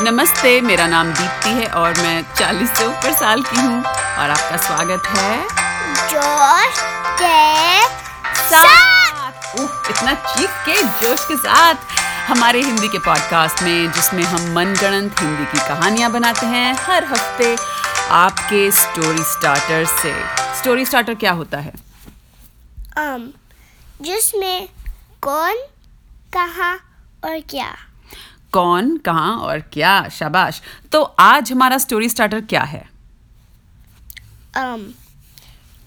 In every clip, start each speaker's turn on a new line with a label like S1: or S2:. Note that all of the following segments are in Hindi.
S1: नमस्ते मेरा नाम दीप्ति है और मैं 40 से ऊपर साल की हूँ और आपका स्वागत है
S2: जोश के
S1: साथ उफ, इतना चीख के जोश के साथ हमारे हिंदी के पॉडकास्ट में जिसमें हम मनगणंत हिंदी की कहानियाँ बनाते हैं हर हफ्ते आपके स्टोरी स्टार्टर से स्टोरी स्टार्टर क्या होता है
S2: आम जिसमें कौन कहाँ और क्या
S1: कौन कहाँ और क्या शाबाश तो आज हमारा स्टोरी स्टार्टर क्या है
S2: आम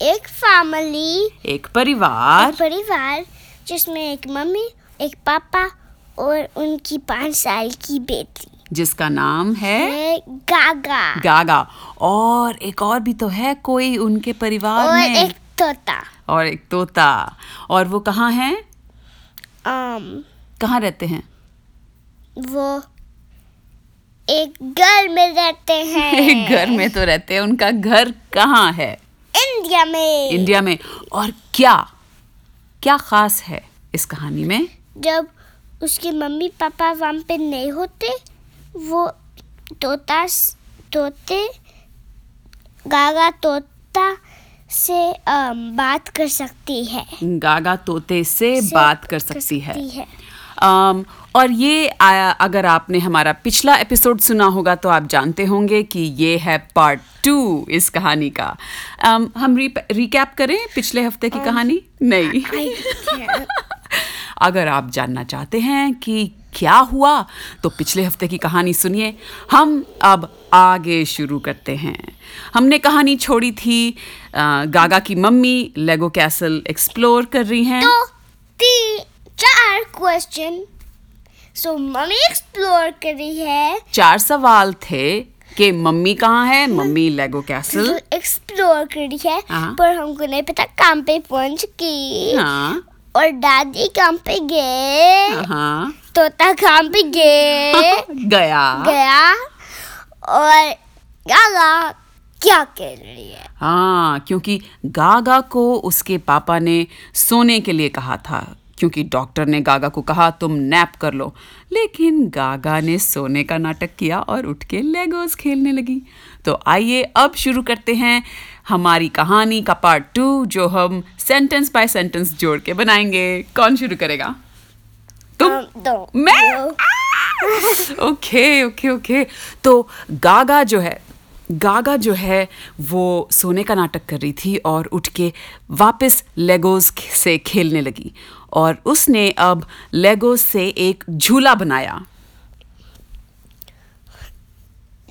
S2: एक फैमिली
S1: एक परिवार
S2: परिवार जिसमें एक मम्मी एक पापा और उनकी पाँच साल की बेटी
S1: जिसका नाम है
S2: है गागा
S1: गागा और एक और भी तो है कोई उनके परिवार
S2: और
S1: में
S2: एक तोता
S1: और एक तोता और वो कहाँ हैं
S2: आम
S1: कहाँ रहते हैं
S2: वो एक घर में रहते हैं
S1: एक घर में तो रहते हैं उनका घर कहाँ है
S2: इंडिया में
S1: इंडिया में और क्या क्या खास है इस कहानी में
S2: जब उसके मम्मी पापा वहाँ पे नहीं होते वो तोता तोते गागा तोता से अम, बात कर सकती है
S1: गागा तोते से,
S2: से
S1: बात कर सकती है
S2: सकती है
S1: अम, और ये आया अगर आपने हमारा पिछला एपिसोड सुना होगा तो आप जानते होंगे कि ये है पार्ट टू इस कहानी का अम, हम री, रिकैप करें पिछले हफ्ते की कहानी नहीं
S2: I can't.
S1: अगर आप जानना चाहते हैं कि क्या हुआ तो पिछले हफ्ते की कहानी सुनिए हम अब आगे शुरू करते हैं हमने कहानी छोड़ी थी अ, गागा की मम्मी लेगो कैसल एक्सप्लोर कर रही हैं
S2: तो तीन चार क्वेश्चन सो मम्मी एक्सप्लोर कर रही है
S1: चार सवाल थे कि मम्मी कहाँ है मम्मी लेगो
S2: जो
S1: कैसल
S2: एक्सप्लोर कर रही है
S1: हाँ।
S2: पर हमको नहीं पता काम पे पहुंच गई
S1: हाँ
S2: और दादी काम पे गए
S1: हाँ
S2: तोता काम पे गए
S1: गया
S2: गया और गागा क्या कह रही है
S1: हाँ क्योंकि गागा को उसके पापा ने सोने के लिए कहा था क्योंकि डॉक्टर ने गागा को कहा तुम नैप कर लो लेकिन गागा ने सोने का नाटक किया और उठ के लेगोस खेलने लगी तो आइए अब शुरू करते हैं हमारी कहानी का पार्ट टू जो हम सेंटेंस बाय सेंटेंस जोड़ के बनाएंगे कौन शुरू करेगा तुम
S2: हम Um, दो
S1: तो मैं Ah!
S2: दो।
S1: ओके ओके ओके तो गागा जो है गागा जो है वो सोने का नाटक कर रही थी और उठ के वापस लेगोस से खेलने लगी और उसने अब लेगोस से एक झूला बनाया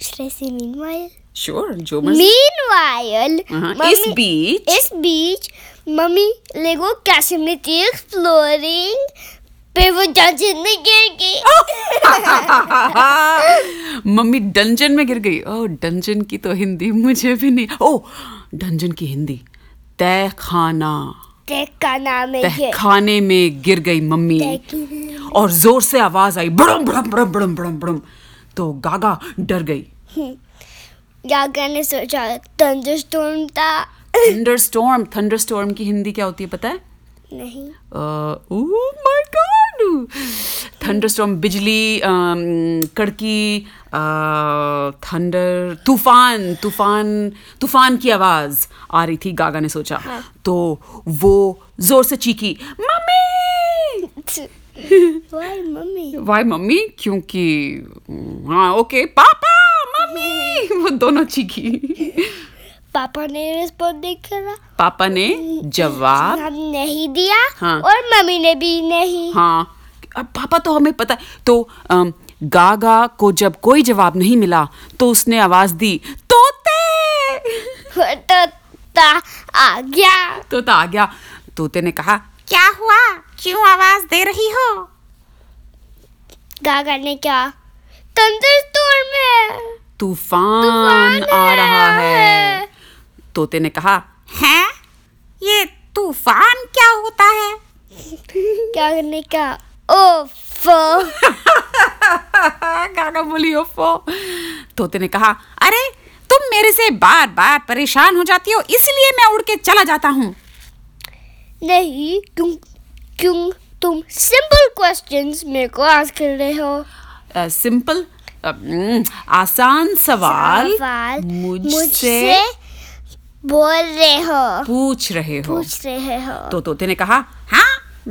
S2: Should I say meanwhile?
S1: Sure जो मर्जी
S2: Meanwhile,
S1: हाँ,
S2: मम्मी-
S1: इस बीच-
S2: इस बीच मम्मी लेगो कैसे में थी एक्सप्लोरिंग पे वो जंजीर में गिर गई
S1: मम्मी डंजन में गिर गई ओ डंजन की तो हिंदी मुझे भी नहीं ओ डंजन की हिंदी तय खाना
S2: टेक का नाम है ये
S1: तहखाने में गिर गई मम्मी
S2: तहखाने
S1: और जोर से आवाज आई बड़म बड़म बड़म बड़म बड़म बड़म तो गागा डर गई
S2: गागा ने सोचा थंडरस्टॉर्म था
S1: थंडरस्टॉर्म थंडरस्टॉर्म की हिंदी क्या होती है पता है oh
S2: नहीं
S1: ओह माय गॉड थंडरस्टॉर्म बिजली अम, कड़की थंडर तूफान तूफान तूफान की आवाज आ रही थी गागा ने सोचा तो वो जोर से चीखी mummy
S2: why mummy
S1: why mummy क्योंकि हाँ ओके पापा मम्मी वो दोनों चीखी
S2: पापा ने रिस्पॉन्स नहीं करा
S1: पापा ने जवाब
S2: हम नहीं दिया
S1: हाँ।
S2: और मम्मी ने भी नहीं
S1: हाँ अब पापा तो हमें पता है तो अम, गागा को जब कोई जवाब नहीं मिला तो उसने आवाज दी तोते
S2: तो ता आ गया
S1: तोता आ गया तोते ने कहा क्या हुआ क्यों आवाज दे रही हो
S2: गागा ने क्या थंडरस्टॉर्म है
S1: तूफान
S2: तूफान
S1: आ रहा
S2: है।
S1: है तोते ने कहा है ये तूफान क्या होता है
S2: गागा ने क्या ओफ
S1: गागा बोली हाँ, ओफो तोते ने कहा अरे तुम मेरे से बार बार परेशान हो जाती हो इसलिए मैं उड़ के चला जाता हूँ
S2: नहीं क्यों क्यों तुम सिंपल क्वेश्चंस मेरे को आस्क कर रहे हो
S1: सिंपल अम, आसान सवाल
S2: सवाल
S1: मुझसे
S2: बोल रहे हो
S1: पूछ रहे हो
S2: पूछ रहे हो
S1: तो तोते ने कहा हाँ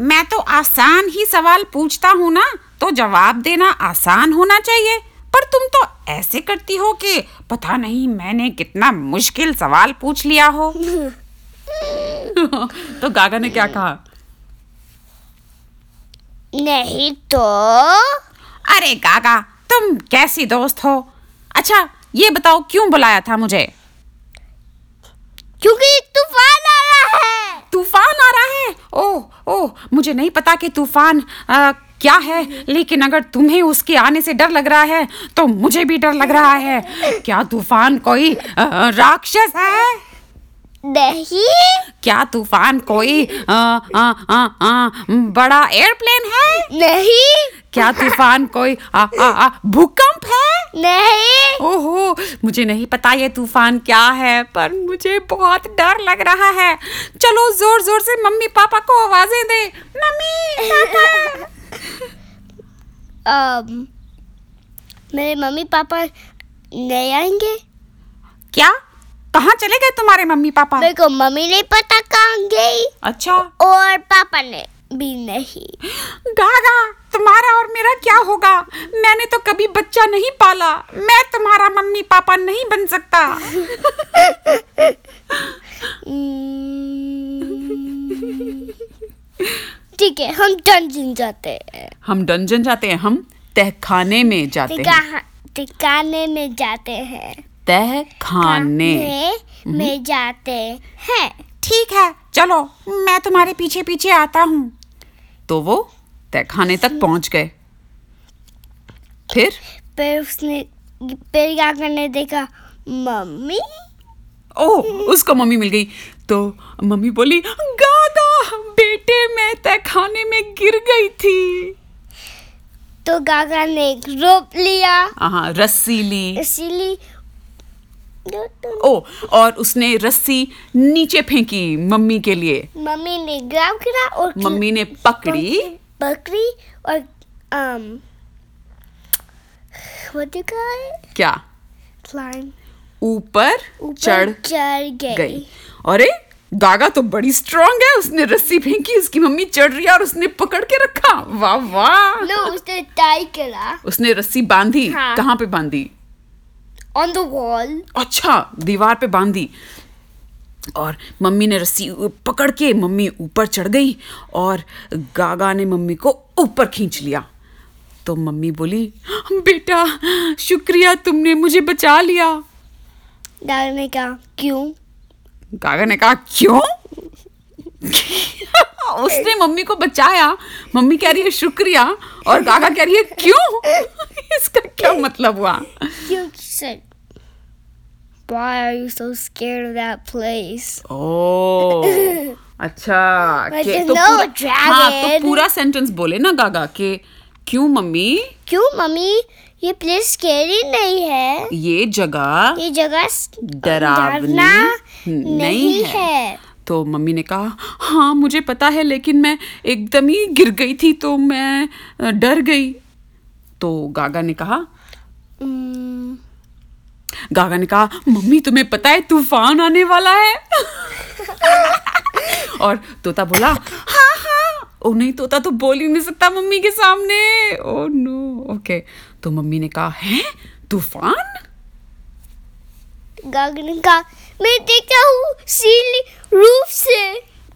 S1: मैं तो आसान ही सवाल पूछता हूँ ना तो जवाब देना आसान होना चाहिए पर तुम तो ऐसे करती हो कि पता नहीं मैंने कितना मुश्किल सवाल पूछ लिया हो तो गागा ने क्या कहा
S2: नहीं तो
S1: अरे गागा तुम कैसी दोस्त हो अच्छा ये बताओ क्यों बुलाया था मुझे
S2: क्योंकि तूफान आ रहा है
S1: तूफान आ रहा है ओह ओह मुझे नहीं पता कि तूफान आ, क्या है लेकिन अगर तुम्हें उसके आने से डर लग रहा है तो मुझे भी डर लग रहा है क्या तूफान कोई आ, राक्षस है
S2: नहीं
S1: क्या तूफान कोई आ, आ, आ, आ, बड़ा एयरप्लेन है
S2: नहीं
S1: क्या तूफान कोई आ, आ, आ, भूकंप है
S2: नहीं
S1: ओहो मुझे नहीं पता ये तूफान क्या है पर मुझे बहुत डर लग रहा है चलो जोर जोर से मम्मी पापा को आवाजें दे मम्मी पापा
S2: um, मेरे मम्मी पापा नहीं आएंगे
S1: क्या कहाँ चले गए तुम्हारे मम्मी पापा
S2: मेरे को मम्मी नहीं पता कहाँ गई
S1: अच्छा
S2: और पापा ने भी नहीं
S1: गागा तुम्हारा और मेरा क्या होगा मैंने तो कभी बच्चा नहीं पाला मैं तुम्हारा मम्मी पापा नहीं बन सकता
S2: Hmm. ठीक है हम डंजन जाते हैं
S1: हम डंजन जाते हैं हम तहखाने में जाते हैं
S2: ठिका- ठिकाने में जाते हैं
S1: तहखाने
S2: खाने
S1: हम्म।
S2: में जाते हैं
S1: ठीक है चलो मैं तुम्हारे पीछे पीछे आता हूँ तो वो तहखाने तक पहुंच गए फिर
S2: फिर उसने फिर क्या करने देखा मम्मी
S1: ओ उसको मम्मी मिल गई तो मम्मी बोली गागा बेटे मैं तहखाने में गिर गई थी
S2: तो गागा ने एक रोप लिया
S1: हाँ रस्सी ली
S2: इसीलिए तो दो- दो-
S1: ओ और उसने रस्सी नीचे फेंकी मम्मी के लिए
S2: मम्मी ने ग्राब करा और
S1: मम्मी ने पकड़ी
S2: बकरी और um what do you call it
S1: क्या
S2: climb
S1: ऊपर
S2: ऊपर
S1: चढ़
S2: चढ़ गई,
S1: गई अरे गागा तो बड़ी स्ट्रांग है उसने रस्सी फेंकी उसकी मम्मी चढ़ रही है और उसने पकड़ के रखा वाह वाह
S2: नो उसने टाई करा
S1: उसने रस्सी बांधी
S2: हाँ।
S1: कहाँ पे बांधी
S2: ऑन द वॉल
S1: अच्छा दीवार पे बांधी और मम्मी ने रस्सी उ- पकड़ के मम्मी ऊपर चढ़ गई और गागा ने मम्मी को ऊपर खींच लिया तो मम्मी बोली "हाँ, बेटा शुक्रिया तुमने मुझे बचा लिया
S2: डॉग ने कहा क्यों
S1: गागा ने कहा क्यों उसने मम्मी को बचाया मम्मी कह रही है शुक्रिया और गागा कह रही है क्यों इसका क्या मतलब हुआ
S2: क्यों said Why are you so scared of that place?
S1: ओ अच्छा
S2: But
S1: के-
S2: there's
S1: तो
S2: no
S1: पूरा,
S2: dragon.
S1: हाँ तो पूरा सेंटेंस बोले ना गागा के क्यों मम्मी
S2: क्यों मम्मी ये प्लेस स्केरी नहीं है
S1: ये जगह
S2: ये जगह स-
S1: डरावनी
S2: डरना
S1: नहीं है।
S2: है।
S1: तो मम्मी ने कहा हाँ मुझे पता है लेकिन मैं एकदम ही गिर गई थी तो मैं अ, डर गई तो गागा ने कहा
S2: Hmm.
S1: गागा ने कहा मम्मी तुम्हें पता है तूफान आने वाला है और तोता बोला हाँ हाँ ओ नहीं तोता तो बोल ही नहीं सकता मम्मी के सामने ओ नो ओके तो मम्मी ने कहा है तूफान
S2: गागन का मैं देखता हूँ सीली रूफ से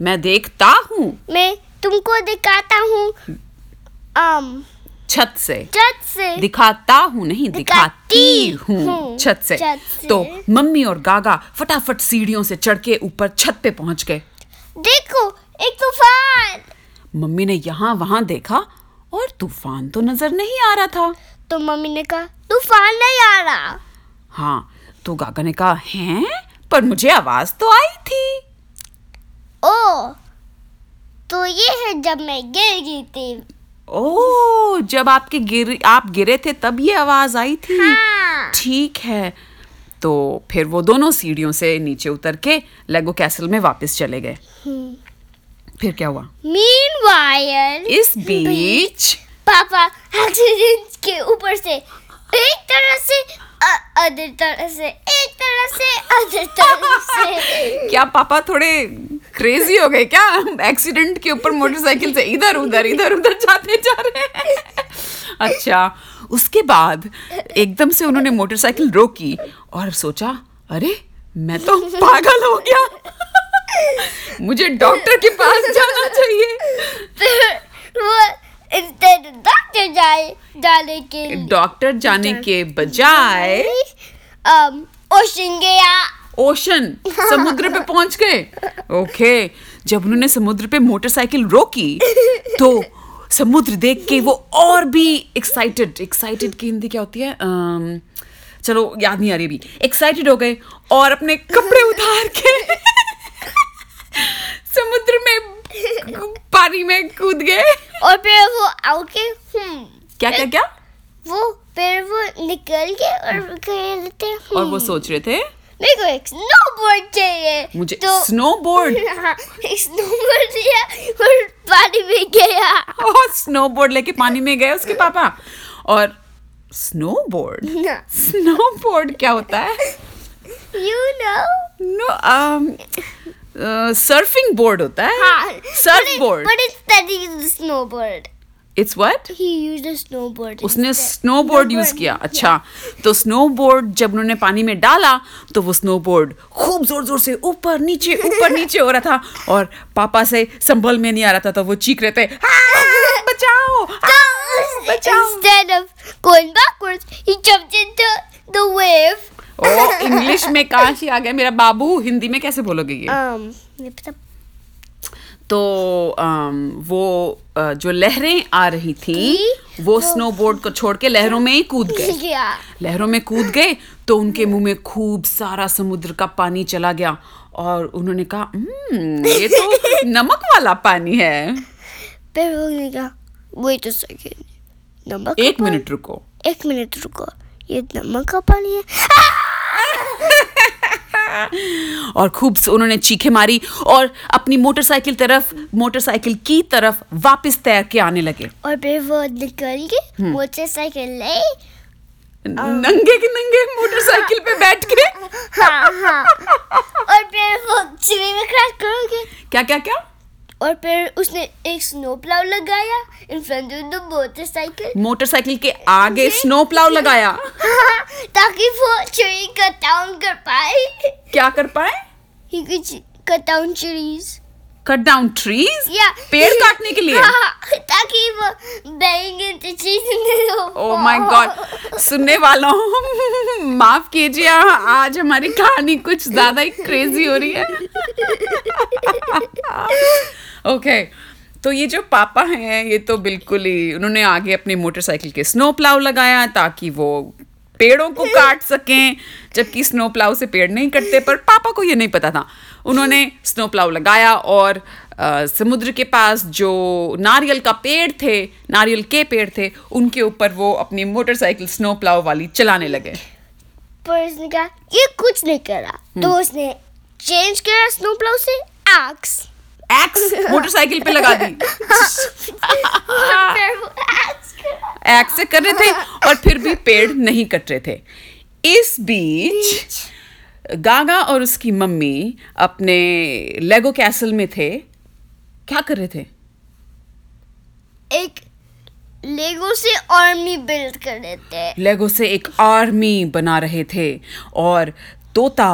S1: मैं देखता हूँ
S2: मैं तुमको दिखाता हूँ आम
S1: छत से
S2: छत से
S1: दिखाता हूँ नहीं दिखाती
S2: दिखाती
S1: हूँ
S2: हूँ।
S1: छत से
S2: छत से।
S1: तो मम्मी और गागा फटाफट सीढ़ियों से चढ़ के ऊपर छत पे पहुंच गए
S2: देखो एक तूफान
S1: मम्मी ने यहाँ वहाँ देखा और तूफान तो नजर नहीं आ रहा था
S2: तो मम्मी ने कहा तूफान नहीं आ रहा
S1: हाँ तो गागा ने कहा हैं पर मुझे आवाज तो आई थी
S2: ओ तो ये है जब मैं गिर गई थी
S1: ओ जब आपके गिर आप गिरे थे तब ये आवाज आई थी
S2: हाँ।
S1: ठीक है तो फिर वो दोनों सीढ़ियों से नीचे उतर के लेगो कैसल में वापस चले गए फिर क्या हुआ
S2: मीन वायर
S1: हम्म। इस बीच
S2: पापा ऑक्सीजन के ऊपर से एक तरह से अ- अदर तरह से एक तरह से अदर तरह से
S1: क्या पापा थोड़े क्रेजी हो गए क्या एक्सीडेंट के ऊपर मोटरसाइकिल से इधर उधर इधर उधर जाते जा रहे हैं अच्छा उसके बाद एकदम से उन्होंने मोटरसाइकिल रोकी और सोचा अरे मैं तो पागल हो गया मुझे डॉक्टर के पास जाना चाहिए
S2: फिर वो instead डॉक्टर जाए जाने के
S1: डॉक्टर जाने के बजाय
S2: um, ओशन गया
S1: ओशन समुद्र पे पहुंच गए ओके जब उन्होंने समुद्र पे मोटरसाइकिल रोकी तो समुद्र देख के वो और भी एक्साइटेड एक्साइटेड की हिंदी क्या होती है अम, चलो याद नहीं आ रही अभी एक्साइटेड हो गए और अपने कपड़े उतार के समुद्र में पानी में कूद गए
S2: और फिर वो आके हम्म
S1: क्या क्या क्या
S2: वो फिर वो निकल के और खेलते हैं
S1: हम्म।
S2: "हम्म,
S1: और वो सोच रहे थे
S2: मेरे को एक स्नोबोर्ड चाहिए
S1: मुझे
S2: तो
S1: स्नोबोर्ड
S2: हाँ, एक स्नोबोर्ड लिया और पानी में गया
S1: और स्नोबोर्ड लेके पानी में गए उसके पापा और स्नोबोर्ड
S2: ना
S1: स्नोबोर्ड क्या होता है um,
S2: You know?
S1: No surfing board uh, होता
S2: हाँ,
S1: है surf board
S2: But instead he used a snowboard.
S1: It's what
S2: He used a snowboard.
S1: उसने
S2: instead.
S1: स्नोबोर्ड यूज
S2: Snowboard,
S1: किया अच्छा तो स्नोबोर्ड जब उन्होंने पानी में डाला तो वो स्नोबोर्ड खूब जोर जोर से ऊपर नीचे ऊपर नीचे हो रहा था और पापा से संभल में नहीं आ रहा था तो वो चीख रहे थे "आ, बचाओ आ, बचाओ
S2: Instead of going backwards, he jumped into the wave.
S1: ओ इंग्लिश में काश ही आ गया मेरा बाबू हिंदी में कैसे बोलोगे ये
S2: Um, ये पता-
S1: तो अम, वो अ, जो लहरें आ रही थी
S2: की?
S1: वो स्नोबोर्ड को छोड़ के लहरों में ही कूद गए
S2: yeah.
S1: लहरों में कूद गए तो उनके मुंह में खूब सारा समुद्र का पानी चला गया और उन्होंने कहा "हम्म, ये तो नमक वाला पानी है
S2: फिर वो ने कहा, wait a second. नमक का
S1: एक
S2: पानी-
S1: मिनट रुको
S2: एक मिनट रुको ये नमक का पानी है
S1: और खूब से उन्होंने चीखे मारी और अपनी मोटरसाइकिल तरफ मोटरसाइकिल की तरफ वापस तैर के आने लगे
S2: और फिर वो निकल के
S1: हम्म।
S2: मोटरसाइकिल ले
S1: नंगे के नंगे मोटरसाइकिल पे बैठ के
S2: हाँ हाँ और फिर वो चिड़ी में क्रैश करोगे
S1: क्या क्या क्या
S2: और फिर उसने एक स्नो प्लाव लगाया in front of the motorcycle
S1: motorcycle के आगे स्नो प्लाव लगाया
S2: ताकि वो चिड़ी कट डाउन कर पाए
S1: क्या कर पाए
S2: ही कुछ कट डाउन चिड़ीज
S1: कट डाउन ट्रीज
S2: या
S1: पेड़ काटने के लिए
S2: हाँ, ताकि वो बैंग into trees नहीं हो
S1: ओ माय गॉड Oh सुनने वालों माफ कीजिए आज हमारी कहानी कुछ ज्यादा ही क्रेजी हो रही है ओके तो ये जो पापा हैं ये तो बिल्कुल ही उन्होंने आगे अपने मोटरसाइकिल के स्नो प्लाव लगाया ताकि वो पेड़ों को काट सकें जबकि स्नो प्लाव से पेड़ नहीं कटते पर पापा को ये नहीं पता था उन्होंने स्नो प्लाव लगाया और अ, समुद्र के पास जो नारियल का पेड़ थे नारियल के पेड़ थे उनके ऊपर वो अपनी मोटरसाइकिल स्नो प्लाव वाली चलाने लगे
S2: पर उसने कहा ये कुछ नहीं करा तो
S1: हम्म।
S2: उसने चेंज करा स्नो प्लाव से एक्स
S1: एक्स मोटरसाइकिल पे लगा दी
S2: फिर वो axe करा।
S1: एक्ट से कर रहे थे और फिर भी पेड़ नहीं कट रहे थे इस बीच गागा और उसकी मम्मी अपने लेगो कैसल में थे क्या कर रहे थे
S2: एक लेगो से आर्मी बिल्ड कर देते हैं
S1: लेगो से एक आर्मी बना रहे थे और तोता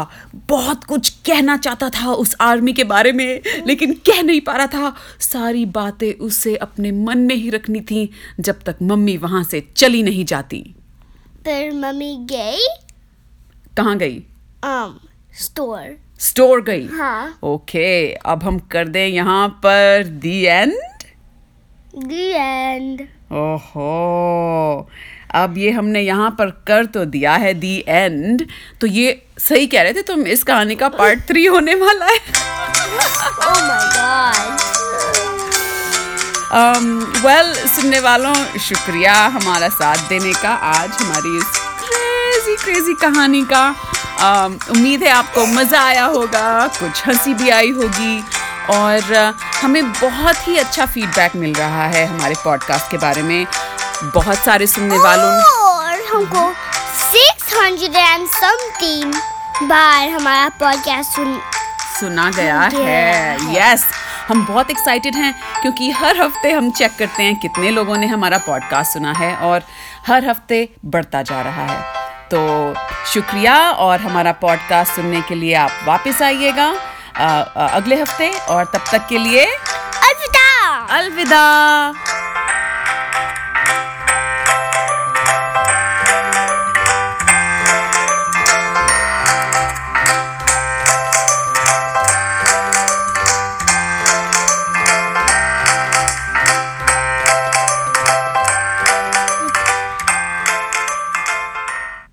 S1: बहुत कुछ कहना चाहता था उस आर्मी के बारे में लेकिन कह नहीं पा रहा था सारी बातें उसे अपने मन में ही रखनी थी जब तक मम्मी वहाँ से चली नहीं जाती
S2: फिर मम्मी गई
S1: कहाँ गई
S2: um स्टोर
S1: स्टोर गई
S2: हाँ।
S1: ओके अब हम कर दें यहाँ पर दी एंड
S2: दी एंड
S1: ओहो अब ये हमने यहाँ पर कर तो दिया है दी एंड तो ये सही कह रहे थे तुम इस कहानी का पार्ट थ्री होने वाला है
S2: oh my god
S1: well um, well, सुनने वालों शुक्रिया हमारा साथ देने का आज हमारी इस क्रेजी क्रेजी कहानी का um, उम्मीद है आपको मज़ा आया होगा कुछ हंसी भी आई होगी और uh, हमें बहुत ही अच्छा फीडबैक मिल रहा है हमारे पॉडकास्ट के बारे में बहुत सारे सुनने वालों
S2: और हमको 600 एंड समथिंग बार हमारा पॉडकास्ट सुन
S1: सुना गया
S2: गया
S1: है
S2: है।
S1: यस हम बहुत एक्साइटेड हैं क्योंकि हर हफ्ते हम चेक करते हैं कितने लोगों ने हमारा पॉडकास्ट सुना है और हर हफ्ते बढ़ता जा रहा है तो शुक्रिया और हमारा पॉडकास्ट सुनने के लिए आप वापस आइएगा अ, अ, अगले हफ्ते और तब तक के लिए
S2: अलविदा
S1: अलविदा